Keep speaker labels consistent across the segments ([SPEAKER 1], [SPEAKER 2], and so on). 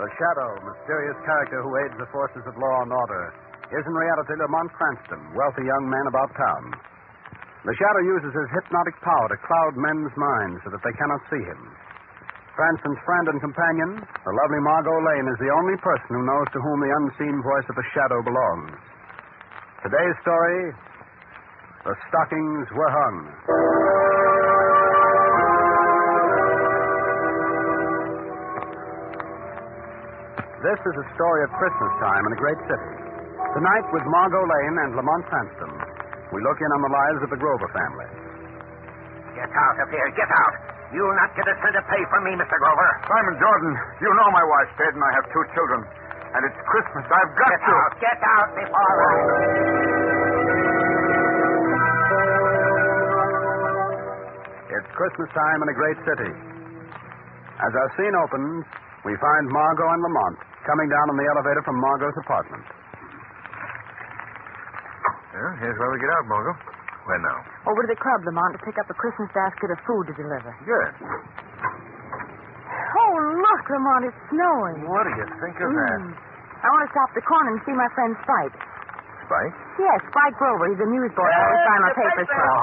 [SPEAKER 1] Shadow, mysterious character who aids the forces of law and order, is in reality Lamont Cranston, wealthy young man about town. The Shadow uses his hypnotic power to cloud men's minds so that they cannot see him. Cranston's friend and companion, the lovely Margot Lane, is the only person who knows to whom the unseen voice of the Shadow belongs. Today's story The Stockings Were Hung. This is a story of Christmas time in a great city. Tonight, with Margot Lane and Lamont Cranston, we look in on the lives of the Grover family.
[SPEAKER 2] Get out of here. Get out. You'll not get a cent of pay from me, Mr. Grover.
[SPEAKER 3] Simon Jordan, you know my wife's dead and I have two children. And it's Christmas. I've got
[SPEAKER 2] Get
[SPEAKER 3] to.
[SPEAKER 2] out. Get out before I.
[SPEAKER 1] It's Christmas time in a great city. As our scene opens, we find Margot and Lamont coming down in the elevator from Margot's apartment.
[SPEAKER 3] Yeah, here's where we get out, Margot. Where now?
[SPEAKER 4] Over to the club, Lamont, to pick up a Christmas basket of food to deliver.
[SPEAKER 3] Good.
[SPEAKER 4] Oh, look, Lamont, it's snowing.
[SPEAKER 3] What do you think of
[SPEAKER 4] Mm. I want to stop the corner and see my friend Spike.
[SPEAKER 3] Spike?
[SPEAKER 4] Yes, Spike Grover. He's a newsboy I always sign my papers for.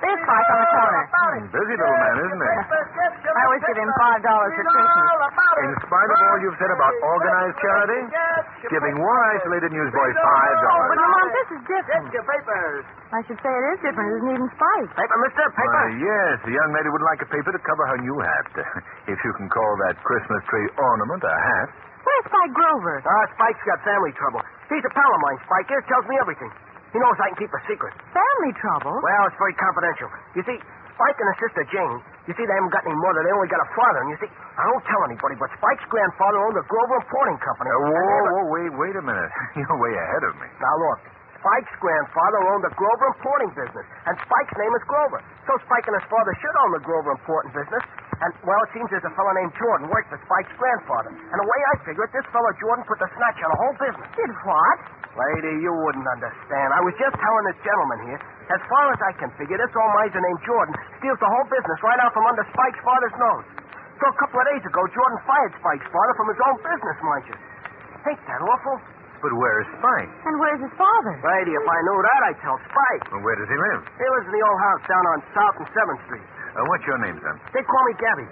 [SPEAKER 4] There's Spike on the corner.
[SPEAKER 3] Busy little man, isn't he?
[SPEAKER 4] I always give him $5 for Christmas.
[SPEAKER 3] In spite of all you've said about organized charity, giving one isolated newsboy five
[SPEAKER 4] Oh, but
[SPEAKER 3] dollars.
[SPEAKER 4] Lamont, this is different. I should say it is different. It isn't even Spike.
[SPEAKER 2] Paper, mister. Paper.
[SPEAKER 3] yes, the young lady would like a paper to cover her new hat, if you can call that Christmas tree ornament a hat.
[SPEAKER 4] Where's Spike Grover?
[SPEAKER 2] Uh, Spike's got family trouble. He's a pal of mine, Spike. Here tells me everything. He knows I can keep a secret.
[SPEAKER 4] Family trouble?
[SPEAKER 2] Well, it's very confidential. You see, Spike and his sister Jane, you see, they haven't got any mother. They only got a father. And you see, I don't tell anybody, but Spike's grandfather owned a Grover Importing Company.
[SPEAKER 3] Uh,
[SPEAKER 2] And
[SPEAKER 3] whoa,
[SPEAKER 2] they were-
[SPEAKER 3] whoa, wait, wait a minute. You're way ahead of me.
[SPEAKER 2] Now, look. Spike's grandfather owned the Grover Importing business, and Spike's name is Grover. So Spike and his father should own the Grover Importing business. And, well, it seems there's a fellow named Jordan worked for Spike's grandfather. And the way I figure it, this fellow Jordan put the snatch on the whole business.
[SPEAKER 4] Did what?
[SPEAKER 2] Lady, you wouldn't understand. I was just telling this gentleman here. As far as I can figure, this old miser named Jordan steals the whole business right out from under Spike's father's nose. So a couple of days ago, Jordan fired Spike's father from his own business, mind you. Ain't that awful?
[SPEAKER 3] But where's Spike?
[SPEAKER 4] And where's his father?
[SPEAKER 2] Lady, if I knew that, I'd tell Spike.
[SPEAKER 3] Well, where does he live?
[SPEAKER 2] He lives in the old house down on South and 7th Street.
[SPEAKER 3] Uh, what's your name, son?
[SPEAKER 2] They call me Gabby.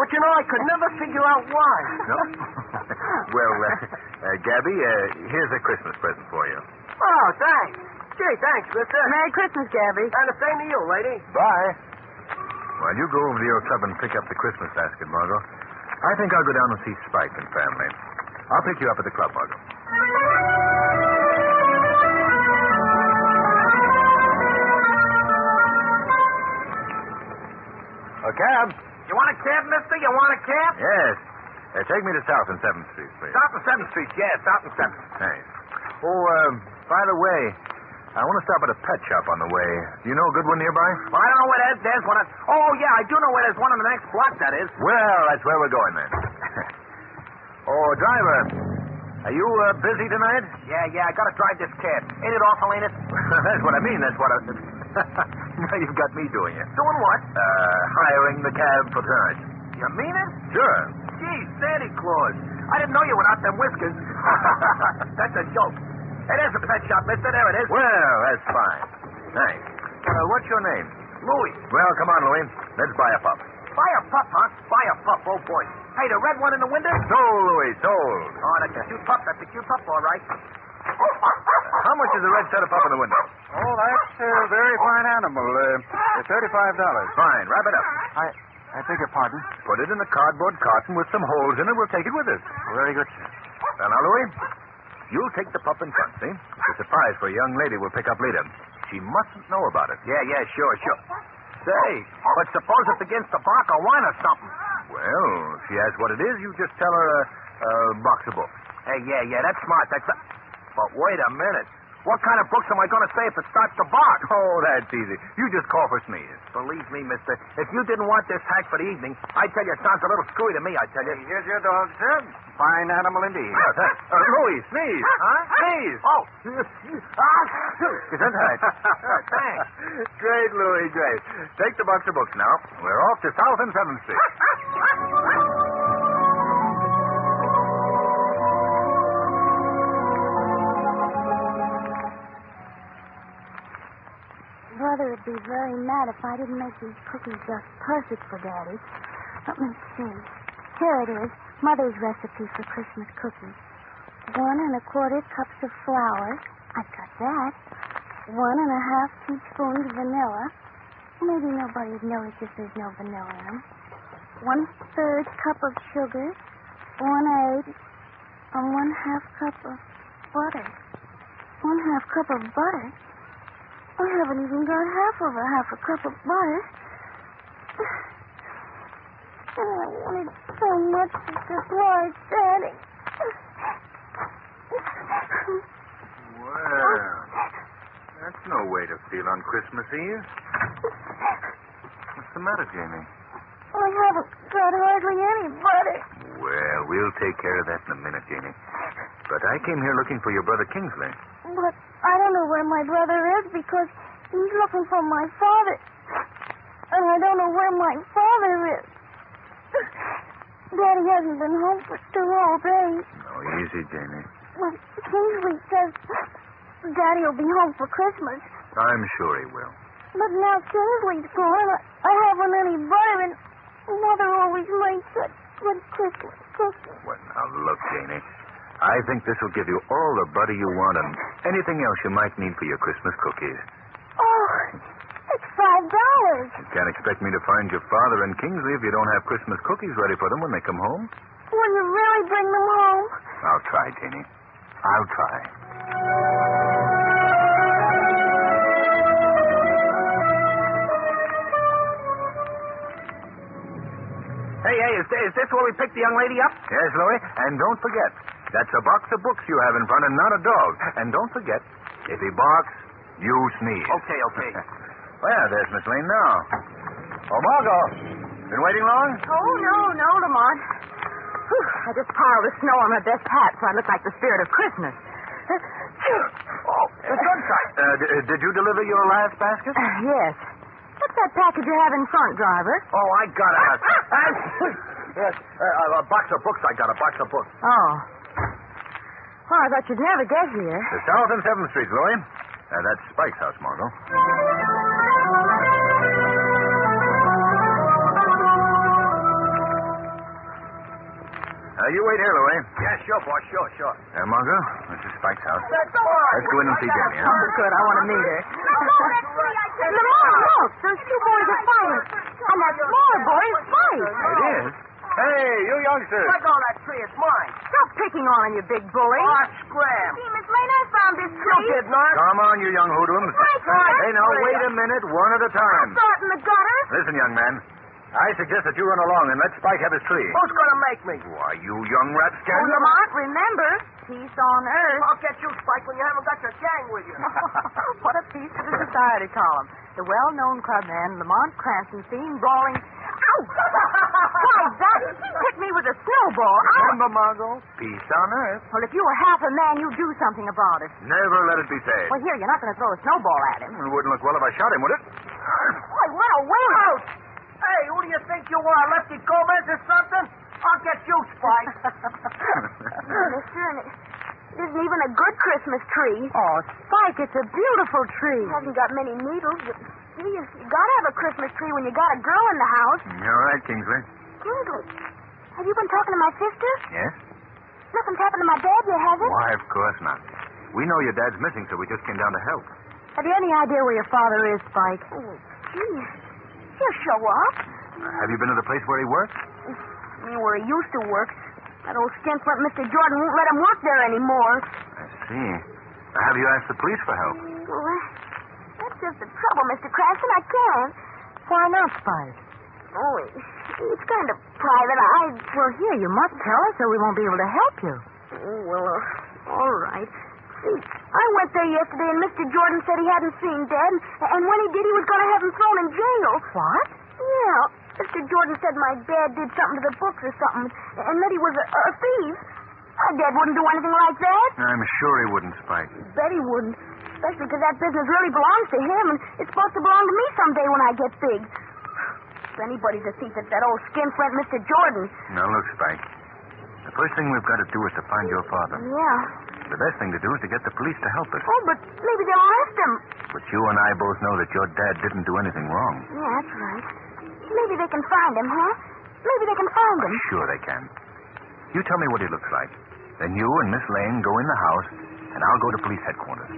[SPEAKER 2] But you know, I could never figure out why.
[SPEAKER 3] No? well, uh, uh, Gabby, uh, here's a Christmas present for you.
[SPEAKER 2] Oh, thanks. Gee, thanks, mister.
[SPEAKER 4] Merry Christmas, Gabby.
[SPEAKER 2] And the same to you, lady.
[SPEAKER 3] Bye. Well, you go over to your club and pick up the Christmas basket, Margot. I think I'll go down and see Spike and family. I'll pick you up at the club, Margot. A cab?
[SPEAKER 2] You want a cab, mister? You want a cab?
[SPEAKER 3] Yes. Uh, take me to South and 7th Street, please.
[SPEAKER 2] South and 7th Street, yeah, South and 7th.
[SPEAKER 3] Thanks. Oh, uh, by the way, I want to stop at a pet shop on the way. Do you know a good one nearby?
[SPEAKER 2] Well, I don't know where that is. There's one. On... Oh, yeah, I do know where there's one on the next block, that is.
[SPEAKER 3] Well, that's where we're going then. oh, driver, are you uh, busy tonight?
[SPEAKER 2] Yeah, yeah, I gotta drive this cab. Ain't it awful, ain't it?
[SPEAKER 3] that's what I mean. That's what I. now you've got me doing it.
[SPEAKER 2] Doing what?
[SPEAKER 3] Uh, hiring the cab for tonight.
[SPEAKER 2] You mean it?
[SPEAKER 3] Sure.
[SPEAKER 2] Gee, Santa Claus. I didn't know you without them whiskers. That's a joke. It is a pet shop, mister. There it is.
[SPEAKER 3] Well, that's fine. Thanks. Uh, what's your name?
[SPEAKER 2] Louis,
[SPEAKER 3] Well, come on, Louie. Let's buy a pup.
[SPEAKER 2] buy a pup, huh? Buy a pup, oh boy. Hey, the red one in the window?
[SPEAKER 3] Sold, Louie, sold.
[SPEAKER 2] Oh, that's a cute pup. That's a cute pup, all right.
[SPEAKER 3] How much is the red setup up in the window?
[SPEAKER 1] Oh, that's a very fine animal. Uh, $35.
[SPEAKER 3] Fine, wrap it up.
[SPEAKER 1] I, I beg your pardon.
[SPEAKER 3] Put it in a cardboard carton with some holes in it. We'll take it with us.
[SPEAKER 1] Very good, sir.
[SPEAKER 3] Now, now, Louie, you'll take the pup in front, see? It's a surprise for a young lady we'll pick up later. She mustn't know about it.
[SPEAKER 2] Yeah, yeah, sure, sure. Say, but suppose it's against the block or wine or something.
[SPEAKER 3] Well, if she asks what it is, you just tell her a, a box of books.
[SPEAKER 2] Hey, yeah, yeah, that's smart. That's. A... But wait a minute. What kind of books am I going to say if it starts to bark?
[SPEAKER 3] Oh, that's easy. You just call for Sneeze.
[SPEAKER 2] Believe me, mister, if you didn't want this hack for the evening, I tell you, it sounds a little screwy to me, I tell you.
[SPEAKER 1] Here's your dog, sir. Fine animal indeed.
[SPEAKER 3] Yeah, thanks. Uh, Louie, Sneeze.
[SPEAKER 2] Huh?
[SPEAKER 3] Sneeze.
[SPEAKER 2] Oh,
[SPEAKER 3] Gesundheit.
[SPEAKER 2] Thanks.
[SPEAKER 3] Great, Louie, great. Take the box of books now. We're off to South and 7th Street.
[SPEAKER 5] Brother would be very mad if I didn't make these cookies just perfect for Daddy. Let me see. Here it is Mother's recipe for Christmas cookies. One and a quarter cups of flour. I've got that. One and a half teaspoons vanilla. Maybe nobody'd notice if there's no vanilla in 'em. One third cup of sugar. One egg. And one half cup of butter. One half cup of butter? I haven't even got half of a half a cup of butter. And I wanted so much to surprise Daddy.
[SPEAKER 3] Well, that's no way to feel on Christmas Eve. What's the matter, Jamie?
[SPEAKER 5] I haven't got hardly any butter.
[SPEAKER 3] Well, we'll take care of that in a minute, Jamie. But I came here looking for your brother Kingsley.
[SPEAKER 5] But I don't know where my brother is because he's looking for my father. And I don't know where my father is. Daddy hasn't been home for two whole days.
[SPEAKER 3] Oh, easy, Jamie.
[SPEAKER 5] Well, Kingsley says Daddy will be home for Christmas.
[SPEAKER 3] I'm sure he will.
[SPEAKER 5] But now Kingsley's gone. I, I haven't any butter, and Mother always makes such good Christmas cookies.
[SPEAKER 3] Well, now look, Janie. I think this will give you all the butter you want and anything else you might need for your Christmas cookies.
[SPEAKER 5] Oh, it's five dollars.
[SPEAKER 3] You can't expect me to find your father and Kingsley if you don't have Christmas cookies ready for them when they come home.
[SPEAKER 5] Will you really bring them home?
[SPEAKER 3] I'll try, Janie. I'll try.
[SPEAKER 2] Hey, hey, is, is this where we picked the young lady up?
[SPEAKER 3] Yes, Louie, and don't forget, that's a box of books you have in front and not a dog. And don't forget, if he barks, you sneeze.
[SPEAKER 2] Okay, okay.
[SPEAKER 3] well, there's Miss Lane now. Oh, Margot, been waiting long?
[SPEAKER 4] Oh, no, no, Lamont. Whew, I just piled the snow on my best hat so I look like the spirit of Christmas.
[SPEAKER 3] Oh, uh, Sunshine. Uh, d- uh, did you deliver your last basket?
[SPEAKER 4] Ah, yes. What's that package you have in front, driver?
[SPEAKER 3] Oh, I got it. yes, uh, a box of books. I got a box of books.
[SPEAKER 4] Oh. Well, I thought you'd never get here.
[SPEAKER 3] The South and Seventh Street, Louie. Uh, that's Spike's house, Margot. Uh, you wait here, Louie.
[SPEAKER 2] Yeah, sure, boy, sure, sure.
[SPEAKER 3] Uh, Margot, this is Spike's house. Let's go in and see Jenny, huh?
[SPEAKER 4] Oh, good. I want to meet her. Lamont, look. Those two boys are fighting. And that smaller boy is Spike.
[SPEAKER 3] It is. Hey, you youngsters.
[SPEAKER 2] Let go of that tree. It's mine.
[SPEAKER 4] Stop picking on him, you big bully.
[SPEAKER 2] Oh, scram.
[SPEAKER 5] See, Miss Lane, I found this
[SPEAKER 2] You
[SPEAKER 5] tree.
[SPEAKER 2] did not.
[SPEAKER 3] Come on, you young hoodlums.
[SPEAKER 5] Michael.
[SPEAKER 3] Hey, now, wait a minute, one at a time.
[SPEAKER 5] Saw it in the gutter.
[SPEAKER 3] Listen, young man. I suggest that you run along and let Spike have his tree.
[SPEAKER 2] Who's going to make me?
[SPEAKER 3] Why, you young
[SPEAKER 4] Oh,
[SPEAKER 3] rapscallion.
[SPEAKER 4] Lamont, remember, peace on earth.
[SPEAKER 2] I'll get you, Spike, when you haven't got your gang with you.
[SPEAKER 4] Oh, what a piece for the society column. The well-known clubman, Lamont Cranston, seen brawling... Ow! Why, that... He hit me with a snowball. Ow!
[SPEAKER 3] Remember, Margot? Peace on earth.
[SPEAKER 4] Well, if you were half a man, you'd do something about it.
[SPEAKER 3] Never let it be said.
[SPEAKER 4] Well, here, you're not going to throw a snowball at him.
[SPEAKER 3] It wouldn't look well if I shot him, would it?
[SPEAKER 4] Boy, what a way out!
[SPEAKER 2] Hey, who do you think you are, Lefty Gomez or something? I'll get you, Spike.
[SPEAKER 3] Oh.
[SPEAKER 5] Mister, and it isn't even a good Christmas tree.
[SPEAKER 4] Oh, Spike, it's a beautiful tree.
[SPEAKER 5] It hasn't got many needles. But gee, you, you gotta have a Christmas tree when you got a girl in the house.
[SPEAKER 3] You're right, Kingsley.
[SPEAKER 5] Kingsley, have you been talking to my sister?
[SPEAKER 3] Yes?
[SPEAKER 5] Nothing's happened to my dad yet, has it?
[SPEAKER 3] Why, of course not. We know your dad's missing, so we just came down to help.
[SPEAKER 4] Have you any idea where your father is, Spike?
[SPEAKER 5] Oh, gee. He'll show up.
[SPEAKER 3] Uh, have you been to the place where he works?
[SPEAKER 5] I mean, where he used to work. That old skinflint Mr. Jordan won't let him work there anymore.
[SPEAKER 3] I see. Uh, have you asked the police for help?
[SPEAKER 5] Well, uh, that's just the trouble, Mr. Cranston. I can't.
[SPEAKER 4] Why not, Spike?
[SPEAKER 5] Oh, it- it's kind of private. I.
[SPEAKER 4] Well, here, you must tell us or we won't be able to help you.
[SPEAKER 5] Oh, well, uh, all right. See, I went there yesterday, and Mr. Jordan said he hadn't seen Dad, and, and when he did, he was going to have him thrown in jail.
[SPEAKER 4] What?
[SPEAKER 5] Yeah, Mr. Jordan said my dad did something to the books or something, and that he was a, a thief. My dad wouldn't do anything like that.
[SPEAKER 3] I'm sure he wouldn't, Spike.
[SPEAKER 5] Bet he wouldn't. Especially because that business really belongs to him, and it's supposed to belong to me someday when I get big. If anybody's a thief, it's that old skinflint Mr. Jordan.
[SPEAKER 3] Now, look, Spike. The first thing we've got to do is to find your father.
[SPEAKER 5] Yeah.
[SPEAKER 3] The best thing to do is to get the police to help us.
[SPEAKER 4] Oh, but maybe they'll arrest him.
[SPEAKER 3] But you and I both know that your dad didn't do anything wrong.
[SPEAKER 5] Yeah, that's right. Maybe they can find him, huh? Maybe they can find him.
[SPEAKER 3] Sure they can. You tell me what he looks like. Then you and Miss Lane go in the house, and I'll go to police headquarters.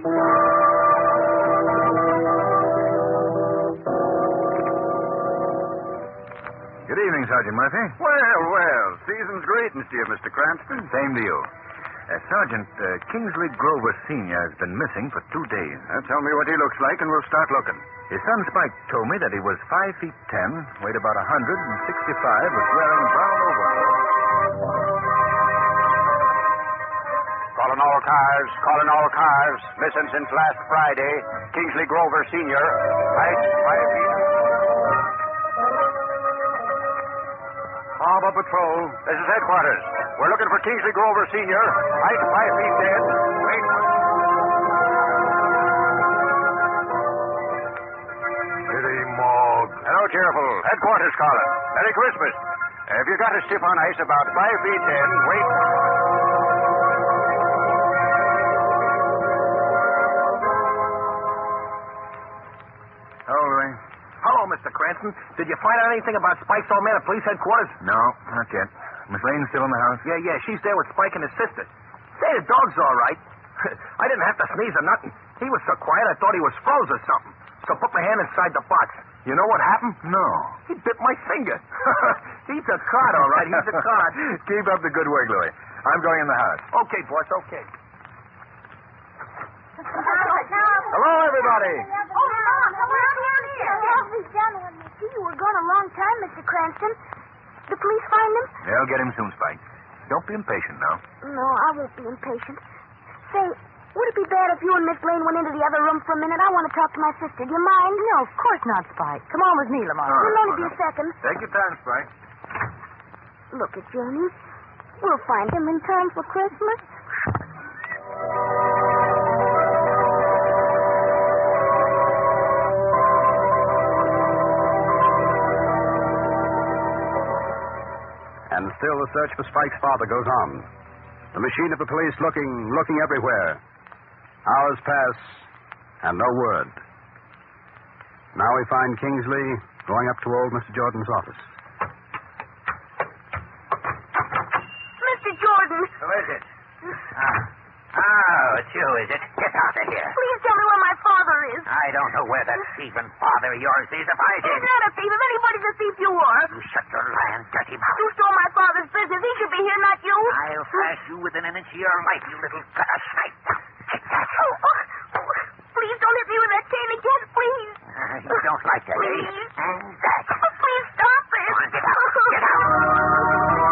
[SPEAKER 3] Good evening, Sergeant Murphy.
[SPEAKER 6] Well, well, season's greetings to you, Mr. Cranston.
[SPEAKER 3] Same to you. Uh, Sergeant, uh, Kingsley Grover Sr. has been missing for two days.
[SPEAKER 6] Uh, tell me what he looks like, and we'll start looking.
[SPEAKER 3] His son Spike told me that he was five feet ten, weighed about a 165, was wearing brown overalls.
[SPEAKER 6] Calling all cars, calling all cars. Missing since last Friday. Kingsley Grover Sr., height five feet. Harbor Patrol, this is headquarters. We're looking for Kingsley Grover Sr., height five feet dead. Wait.
[SPEAKER 3] Kitty Morg.
[SPEAKER 6] Hello, cheerful. Headquarters calling. Merry Christmas. Have you got a stiff on ice about five feet ten? Wait.
[SPEAKER 3] Hold me.
[SPEAKER 2] Hello, Mr. Cranston. Did you find out anything about Spike's old man at police headquarters?
[SPEAKER 3] No, not yet. Miss Lane's still in the house?
[SPEAKER 2] Yeah, yeah, she's there with Spike and his sister. Say, the dog's all right. I didn't have to sneeze or nothing. He was so quiet, I thought he was froze or something. So put my hand inside the box. You know what happened?
[SPEAKER 3] No.
[SPEAKER 2] He bit my finger. he's a card, all right. He's a card.
[SPEAKER 3] Keep up the good work, Louis. I'm going in the house.
[SPEAKER 2] Okay, boss, okay.
[SPEAKER 3] Hello, everybody.
[SPEAKER 5] Oh, Mom, help me out here. Help me, John. You were gone a long time, Mr. Cranston. The police find him?
[SPEAKER 3] They'll get him soon, Spike. Don't be impatient now.
[SPEAKER 5] No, I won't be impatient. Say, would it be bad if you and Miss Lane went into the other room for a minute? I want to talk to my sister. Do you mind?
[SPEAKER 4] No, of course not, Spike. Come on with me, Lamont.
[SPEAKER 3] All right,
[SPEAKER 5] It'll only be
[SPEAKER 3] Mother.
[SPEAKER 5] a second.
[SPEAKER 3] Take your time, Spike.
[SPEAKER 5] Look at Janie. We'll find him in time for Christmas.
[SPEAKER 1] And still the search for Spike's father goes on. The machine of the police looking, looking everywhere. Hours pass, and no word. Now we find Kingsley going up to old Mr. Jordan's office.
[SPEAKER 4] Mr. Jordan,
[SPEAKER 2] Who is it? Oh, it's you, is it? Get out of here.
[SPEAKER 4] please tell me where my father is.
[SPEAKER 2] I don't know where that thieving father of yours is if I
[SPEAKER 4] He's not a thief. If anybody's a thief, you are.
[SPEAKER 2] You shut your lying, dirty
[SPEAKER 4] You
[SPEAKER 2] mouth.
[SPEAKER 4] stole my father's business. He should be here, not you.
[SPEAKER 2] I'll flash you within an inch of your life, you little gutter snipe. Take that.
[SPEAKER 4] Oh, oh, oh, please don't hit me with that chain again, please.
[SPEAKER 2] Ah, you don't like that, eh?
[SPEAKER 4] Please.
[SPEAKER 2] And that.
[SPEAKER 4] Oh, please stop it.
[SPEAKER 2] Come on, get out. Get out.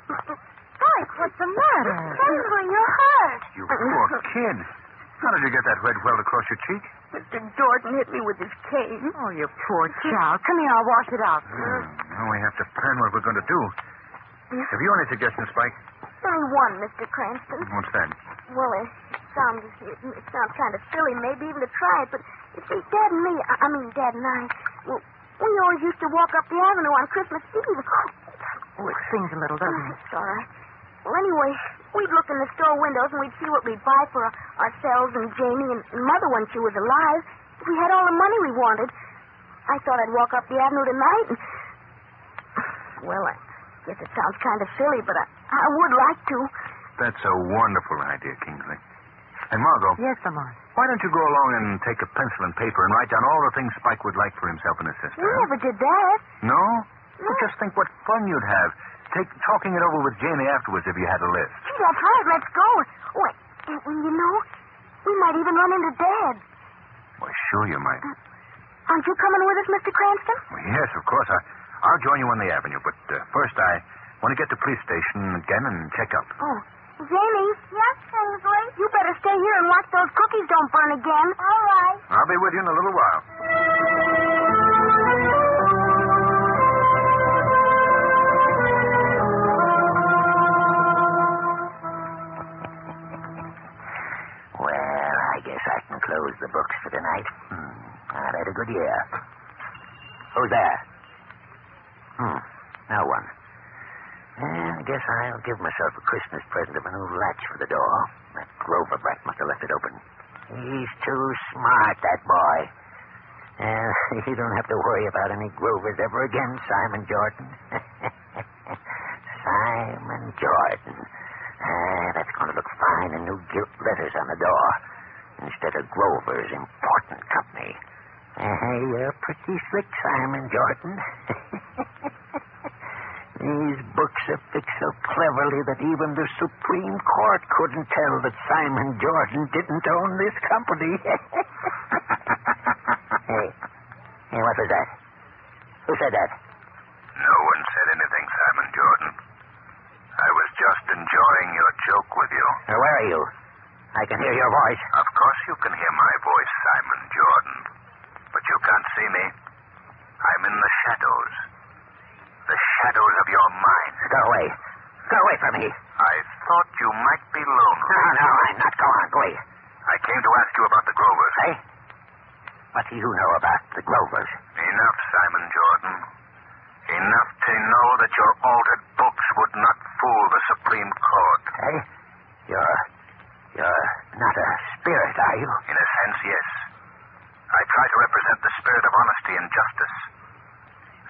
[SPEAKER 4] Spike, what's the matter?
[SPEAKER 5] Henry, your heart.
[SPEAKER 3] You poor kid. How did you get that red welt across your cheek?
[SPEAKER 4] Mr. Jordan hit me with his cane. Oh, you poor child. Come here, I'll wash it
[SPEAKER 5] Uh.
[SPEAKER 4] out.
[SPEAKER 3] Hmm. Now we have to plan what we're going to do. Have you any suggestions, Spike?
[SPEAKER 5] Only one, Mr. Cranston.
[SPEAKER 3] What's that?
[SPEAKER 5] Well, it sounds, it sounds kind of silly, maybe even to try it, but you see, Dad and me, I, I mean, Dad and I, well, we always used to walk up the avenue on Christmas Eve.
[SPEAKER 4] Oh, it stings a little, doesn't it?
[SPEAKER 5] It's all right. Well, anyway, we'd look in the store windows and we'd see what we'd buy for our- ourselves and Jamie and and Mother when she was alive. We had all the money we wanted. I thought I'd walk up the avenue tonight and. Well, I guess it sounds kind of silly, but I, I would like to.
[SPEAKER 3] That's a wonderful idea, Kingsley. And Margot,
[SPEAKER 4] Yes, Lamont.
[SPEAKER 3] why don't you go along and take a pencil and paper and write down all the things Spike would like for himself and his sister?
[SPEAKER 5] We
[SPEAKER 4] Uh-huh.
[SPEAKER 5] never did that.
[SPEAKER 3] No? Well, just think what fun you'd have. Take talking it over with Janie afterwards if you had a list.
[SPEAKER 5] Gee, that's hard. Let's go. Wait, and, and you know, we might even run into Dad.
[SPEAKER 3] Well, sure you might.
[SPEAKER 5] Aren't you coming with us, Mr. Cranston?
[SPEAKER 3] Well, yes, of course. I, I'll join you on the avenue, but uh, first I want to get to police station again and check up.
[SPEAKER 5] Oh. Jamie? Yes, Kingsley? You better stay here and watch those cookies don't burn again. All right.
[SPEAKER 3] I'll be with you in a little while.
[SPEAKER 2] Well, I guess I can close the books for tonight. Hmm. I've had a good year. Who's there?
[SPEAKER 7] No one. And I guess I'll give myself a Christmas present of a new latch for the door. That Grover brat must have left it open. He's too smart, that boy. Uh, you don't have to worry about any Grovers ever again, Simon Jordan. Simon Jordan. Ah, that's going to look fine in new gilt letters on the door. Instead of Grover's Important Company. Uh, you're pretty slick, Simon Jordan. These books are fixed so cleverly that even the Supreme Court couldn't tell that Simon Jordan didn't own this company. hey, hey, what was that? Who said that?
[SPEAKER 6] No one said anything, Simon Jordan. I was just enjoying your joke with you.
[SPEAKER 7] Uh, where are you? I can hear your voice.
[SPEAKER 6] Of course you can hear my voice, Simon Jordan. But you can't see me. I'm in the shadows. The shadows of your mind.
[SPEAKER 7] Go away. Go away from me.
[SPEAKER 6] I thought you might be lonely.
[SPEAKER 7] No, no, I'm not going. Go away.
[SPEAKER 6] I came to ask you about the Grovers.
[SPEAKER 7] Hey? What do you know about the Grovers?
[SPEAKER 6] Enough, Simon Jordan. Enough to know that your altered books would not fool the Supreme Court.
[SPEAKER 7] Hey? Eh? You're. You're not a spirit, are you?
[SPEAKER 6] In a sense, yes. I try to represent the spirit of honesty and justice.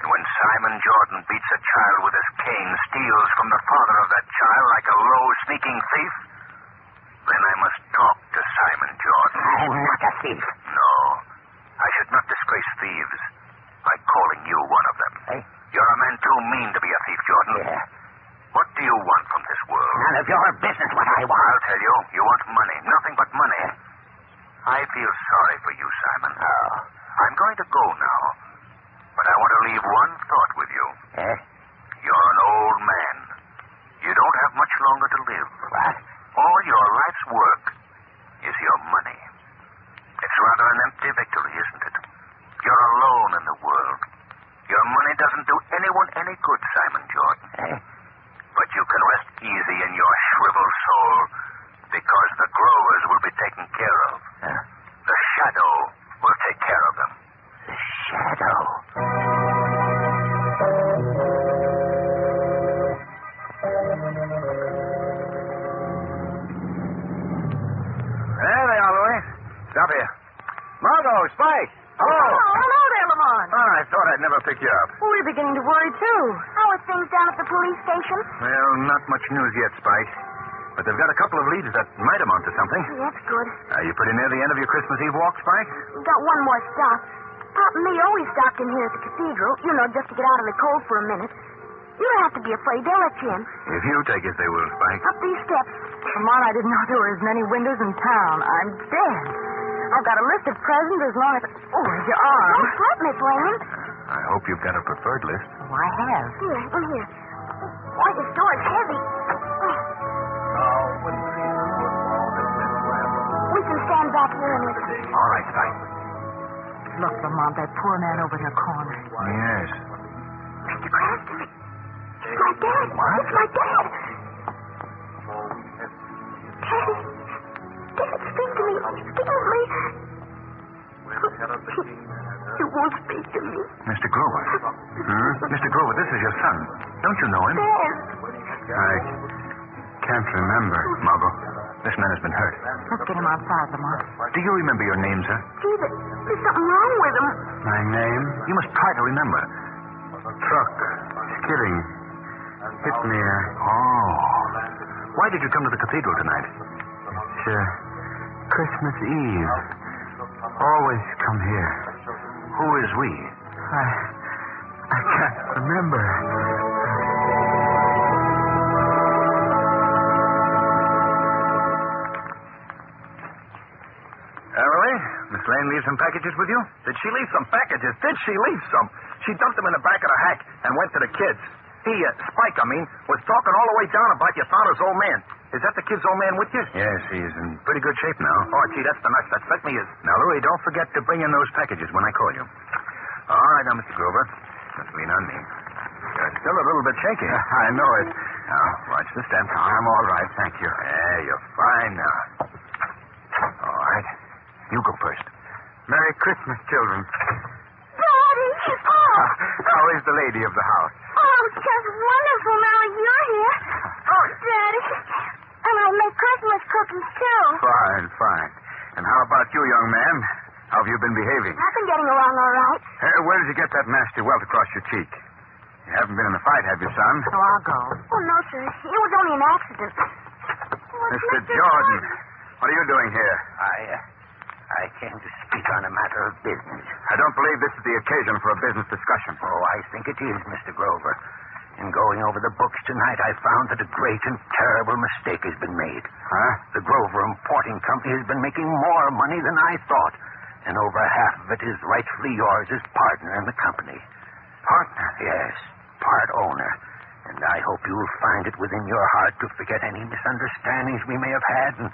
[SPEAKER 6] And when Simon Jordan beats a child with his cane, steals from the father of that child like a low, sneaking thief, then I must talk to Simon Jordan.
[SPEAKER 7] I'm not a thief.
[SPEAKER 6] No, I should not disgrace thieves by calling you one of them.
[SPEAKER 7] Hey?
[SPEAKER 6] You're a man too mean to be a thief, Jordan.
[SPEAKER 7] Yeah.
[SPEAKER 6] What do you want from this world?
[SPEAKER 7] None of your business what I want.
[SPEAKER 6] I'll tell you. You want money. Nothing but money. I feel sorry for you, Simon.
[SPEAKER 7] Oh.
[SPEAKER 6] I'm going to go now. But I want to leave one thought with you.
[SPEAKER 7] Eh?
[SPEAKER 6] You're an old man. You don't have much longer to live.
[SPEAKER 7] What?
[SPEAKER 6] All your life's work is your money. It's rather an empty victory, isn't it? You're alone in the world. Your money doesn't do anyone any good, Simon Jordan.
[SPEAKER 7] Eh?
[SPEAKER 6] But you can rest easy in your shriveled soul because the growers will be taken care of.
[SPEAKER 3] eh.
[SPEAKER 7] Huh?
[SPEAKER 6] The shadow will take care of them.
[SPEAKER 7] The shadow.
[SPEAKER 3] There they are, Louie. Stop here. Margot, Spike. Hello.
[SPEAKER 4] Oh, hello there, Lamont.
[SPEAKER 3] Oh, I thought I'd never pick you up.
[SPEAKER 4] We're beginning to worry, too.
[SPEAKER 5] How are things down at the police station?
[SPEAKER 3] Well, not much news yet, Spike. But they've got a couple of leads that might amount to something.
[SPEAKER 5] That's good.
[SPEAKER 3] Are you pretty near the end of your Christmas Eve walk, Spike?
[SPEAKER 5] We got one more stop. Pop and me always stopped in here at the cathedral, you know, just to get out of the cold for a minute. You don't have to be afraid. They'll let you in.
[SPEAKER 3] If you take it, they will, Spike.
[SPEAKER 5] Up these steps.
[SPEAKER 4] Lamont, I didn't know there were as many windows in town. I'm dead. I've got a list of presents as long as. Oh, your arm.
[SPEAKER 5] Don't slip, Miss Whalen.
[SPEAKER 3] I hope you've got a preferred list.
[SPEAKER 4] Oh, I have.
[SPEAKER 5] Here, in here. Why, this door is heavy. Oh, We can stand back here and listen.
[SPEAKER 3] All right, Spike.
[SPEAKER 4] Look, Lamont, that poor man over in the corner.
[SPEAKER 3] Yes.
[SPEAKER 5] Mr. Cranston, it's my dad. It's my dad. Daddy. Dad, speak to me. Speak to me. You won't speak to me.
[SPEAKER 3] Mr. Grover. Hmm? Mr. Grover, this is your son. Don't you know him?
[SPEAKER 5] Dad.
[SPEAKER 3] I can't remember. Margot, this man has been hurt.
[SPEAKER 4] Let's get him outside, Lamont.
[SPEAKER 3] Do you remember your name, sir?
[SPEAKER 5] Gee, there- there's something wrong with him.
[SPEAKER 3] My name? You must try to remember. Truck. Skidding. Hit me. Oh. Why did you come to the cathedral tonight? It's uh, Christmas Eve. Always come here. Who is we? I. I can't remember. Emily, Uh, Miss Lane leave some packages with you?
[SPEAKER 6] Did she leave some packages? Did she leave some? She dumped them in the back of the hack and went to the kids. He, uh, Spike, I mean, was talking all the way down about your father's old man. Is that the kid's old man with you?
[SPEAKER 3] Yes, he's in pretty good shape now.
[SPEAKER 6] Oh, gee, that's the nuts. That certainly is.
[SPEAKER 3] Now, Louie, don't forget to bring in those packages when I call you. All right, now, Mr. Grover. Don't lean on me. You're still a little bit shaky. I know it. Now, watch the steps. I'm all right, thank you. Yeah, you're fine now. All right. You go first. Merry Christmas, children.
[SPEAKER 5] Daddy. Oh.
[SPEAKER 3] How is the lady of the house?
[SPEAKER 5] Oh,
[SPEAKER 8] Oh, just wonderful now you're here. Oh, Daddy. And I make Christmas cookies, too.
[SPEAKER 9] Fine, fine. And how about you, young man? How have you been behaving?
[SPEAKER 8] I've been getting along all right.
[SPEAKER 9] Uh, where did you get that nasty welt across your cheek? You haven't been in a fight, have you, son?
[SPEAKER 5] So I'll go.
[SPEAKER 8] Oh, no, sir. It was only an accident. What's
[SPEAKER 9] Mr.
[SPEAKER 8] Mr.
[SPEAKER 9] Jordan, what are you doing here?
[SPEAKER 6] I, uh, I came to speak on a matter of business.
[SPEAKER 9] I don't believe this is the occasion for a business discussion.
[SPEAKER 6] Oh, I think it is, Mr. Grover. In going over the books tonight, I found that a great and terrible mistake has been made.
[SPEAKER 9] Huh?
[SPEAKER 6] The Grover Importing Company has been making more money than I thought, and over half of it is rightfully yours as partner in the company. Partner? Yes, part owner. And I hope you'll find it within your heart to forget any misunderstandings we may have had and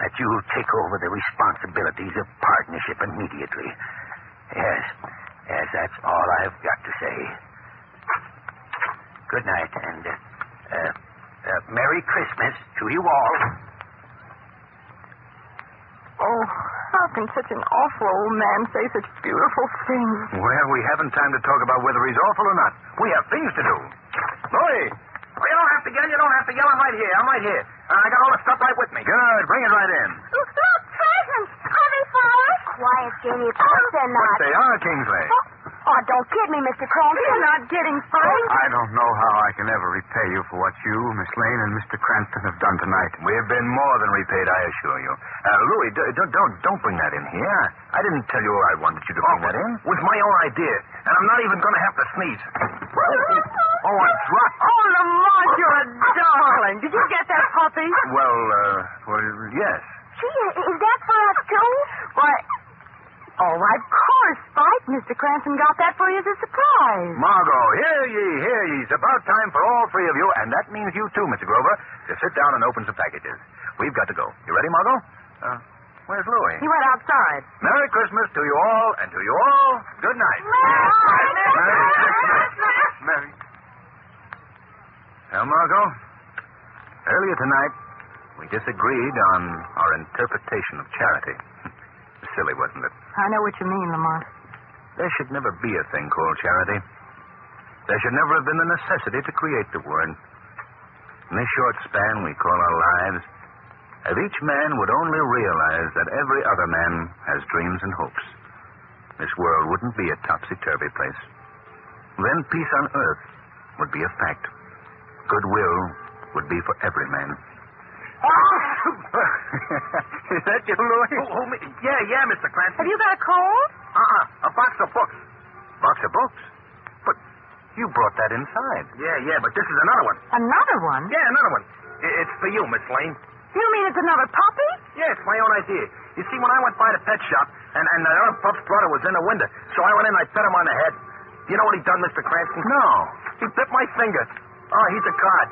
[SPEAKER 6] that you'll take over the responsibilities of partnership immediately. Yes, yes, that's all I've got to say. Good night, and uh, uh, uh, Merry Christmas to you all.
[SPEAKER 5] Oh, how can such an awful old man say such beautiful things?
[SPEAKER 9] Well, we haven't time to talk about whether he's awful or not. We have things to do. Louie!
[SPEAKER 2] Well, you don't have to yell. You don't have to yell. I'm right here. I'm right here. Uh, I got all the stuff right with me.
[SPEAKER 9] Good. Bring it right in.
[SPEAKER 8] Look, look, presents. Are they flowers? Quiet, Jamie. Of course they're
[SPEAKER 9] But
[SPEAKER 8] not.
[SPEAKER 9] they are, Kingsley.
[SPEAKER 8] Oh, oh, don't kid me, Mr. Cranston.
[SPEAKER 5] You're not getting fired.
[SPEAKER 9] I don't know how I can ever repay you for what you, Miss Lane, and Mr. Cranston have done tonight.
[SPEAKER 3] We've been more than repaid, I assure you. Uh, Louis, d- don't, don't, don't bring that in here. I didn't tell you I wanted you to bring that in. It was my own idea, and I'm not even going to have to sneeze. Well, oh, I dropped.
[SPEAKER 5] Oh, Lamont, you're a darling. Did you get that puppy?
[SPEAKER 3] Well, uh, well, yes.
[SPEAKER 8] Gee, is that for us, too?
[SPEAKER 5] Why? Oh, why, of course, Spike. Mr. Cranston got that for you as a surprise.
[SPEAKER 3] Margot, hear ye, hear ye. It's about time for all three of you, and that means you too, Mr. Grover, to sit down and open some packages. We've got to go. You ready, Margot? Uh, where's Louis?
[SPEAKER 5] He went outside.
[SPEAKER 3] Merry Christmas to you all, and to you all, good night. Merry Christmas. Merry.
[SPEAKER 9] Well, Margot,
[SPEAKER 3] Earlier tonight, we disagreed on our interpretation of charity. Silly, wasn't it?
[SPEAKER 5] I know what you mean, Lamont.
[SPEAKER 3] There should never be a thing called charity. There should never have been the necessity to create the word. In this short span we call our lives, if each man would only realize that every other man has dreams and hopes, this world wouldn't be a topsy turvy place. Then peace on earth would be a fact. Goodwill would be for every man.
[SPEAKER 9] is that you, Louis?
[SPEAKER 2] Oh, oh, me- yeah, yeah, Mr. Clancy.
[SPEAKER 5] Have you got a cold?
[SPEAKER 2] Uh-uh. A box of books.
[SPEAKER 3] Box of books? But you brought that inside.
[SPEAKER 2] Yeah, yeah, but this is another one.
[SPEAKER 5] Another one?
[SPEAKER 2] Yeah, another one. I- It's for you, Miss Lane.
[SPEAKER 5] You mean it's another puppy?
[SPEAKER 2] Yeah, it's my own idea. You see, when I went by the pet shop, and, and the other pup's brother was in the window, so I went in and I pet him on the head. You know what he done, Mr. Cranston?
[SPEAKER 3] No.
[SPEAKER 2] He bit my finger. Oh, he's a card.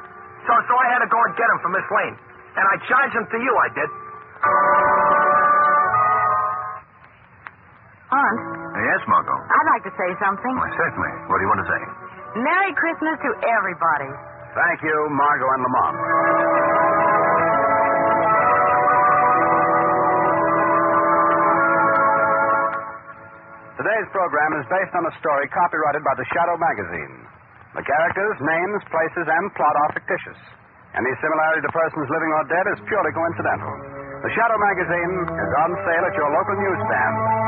[SPEAKER 2] So, so I had to go and get him from Miss Lane. And I charged him to you, I did.
[SPEAKER 5] Aunt,
[SPEAKER 3] Yes, Margot.
[SPEAKER 5] I'd like to say something.
[SPEAKER 3] Well, certainly. What do you want to say?
[SPEAKER 5] Merry Christmas to everybody.
[SPEAKER 1] Thank you, Margot and Lamont. Today's program is based on a story copyrighted by the Shadow Magazine. The characters, names, places, and plot are fictitious. Any similarity to persons living or dead is purely coincidental. The Shadow Magazine is on sale at your local newsstand.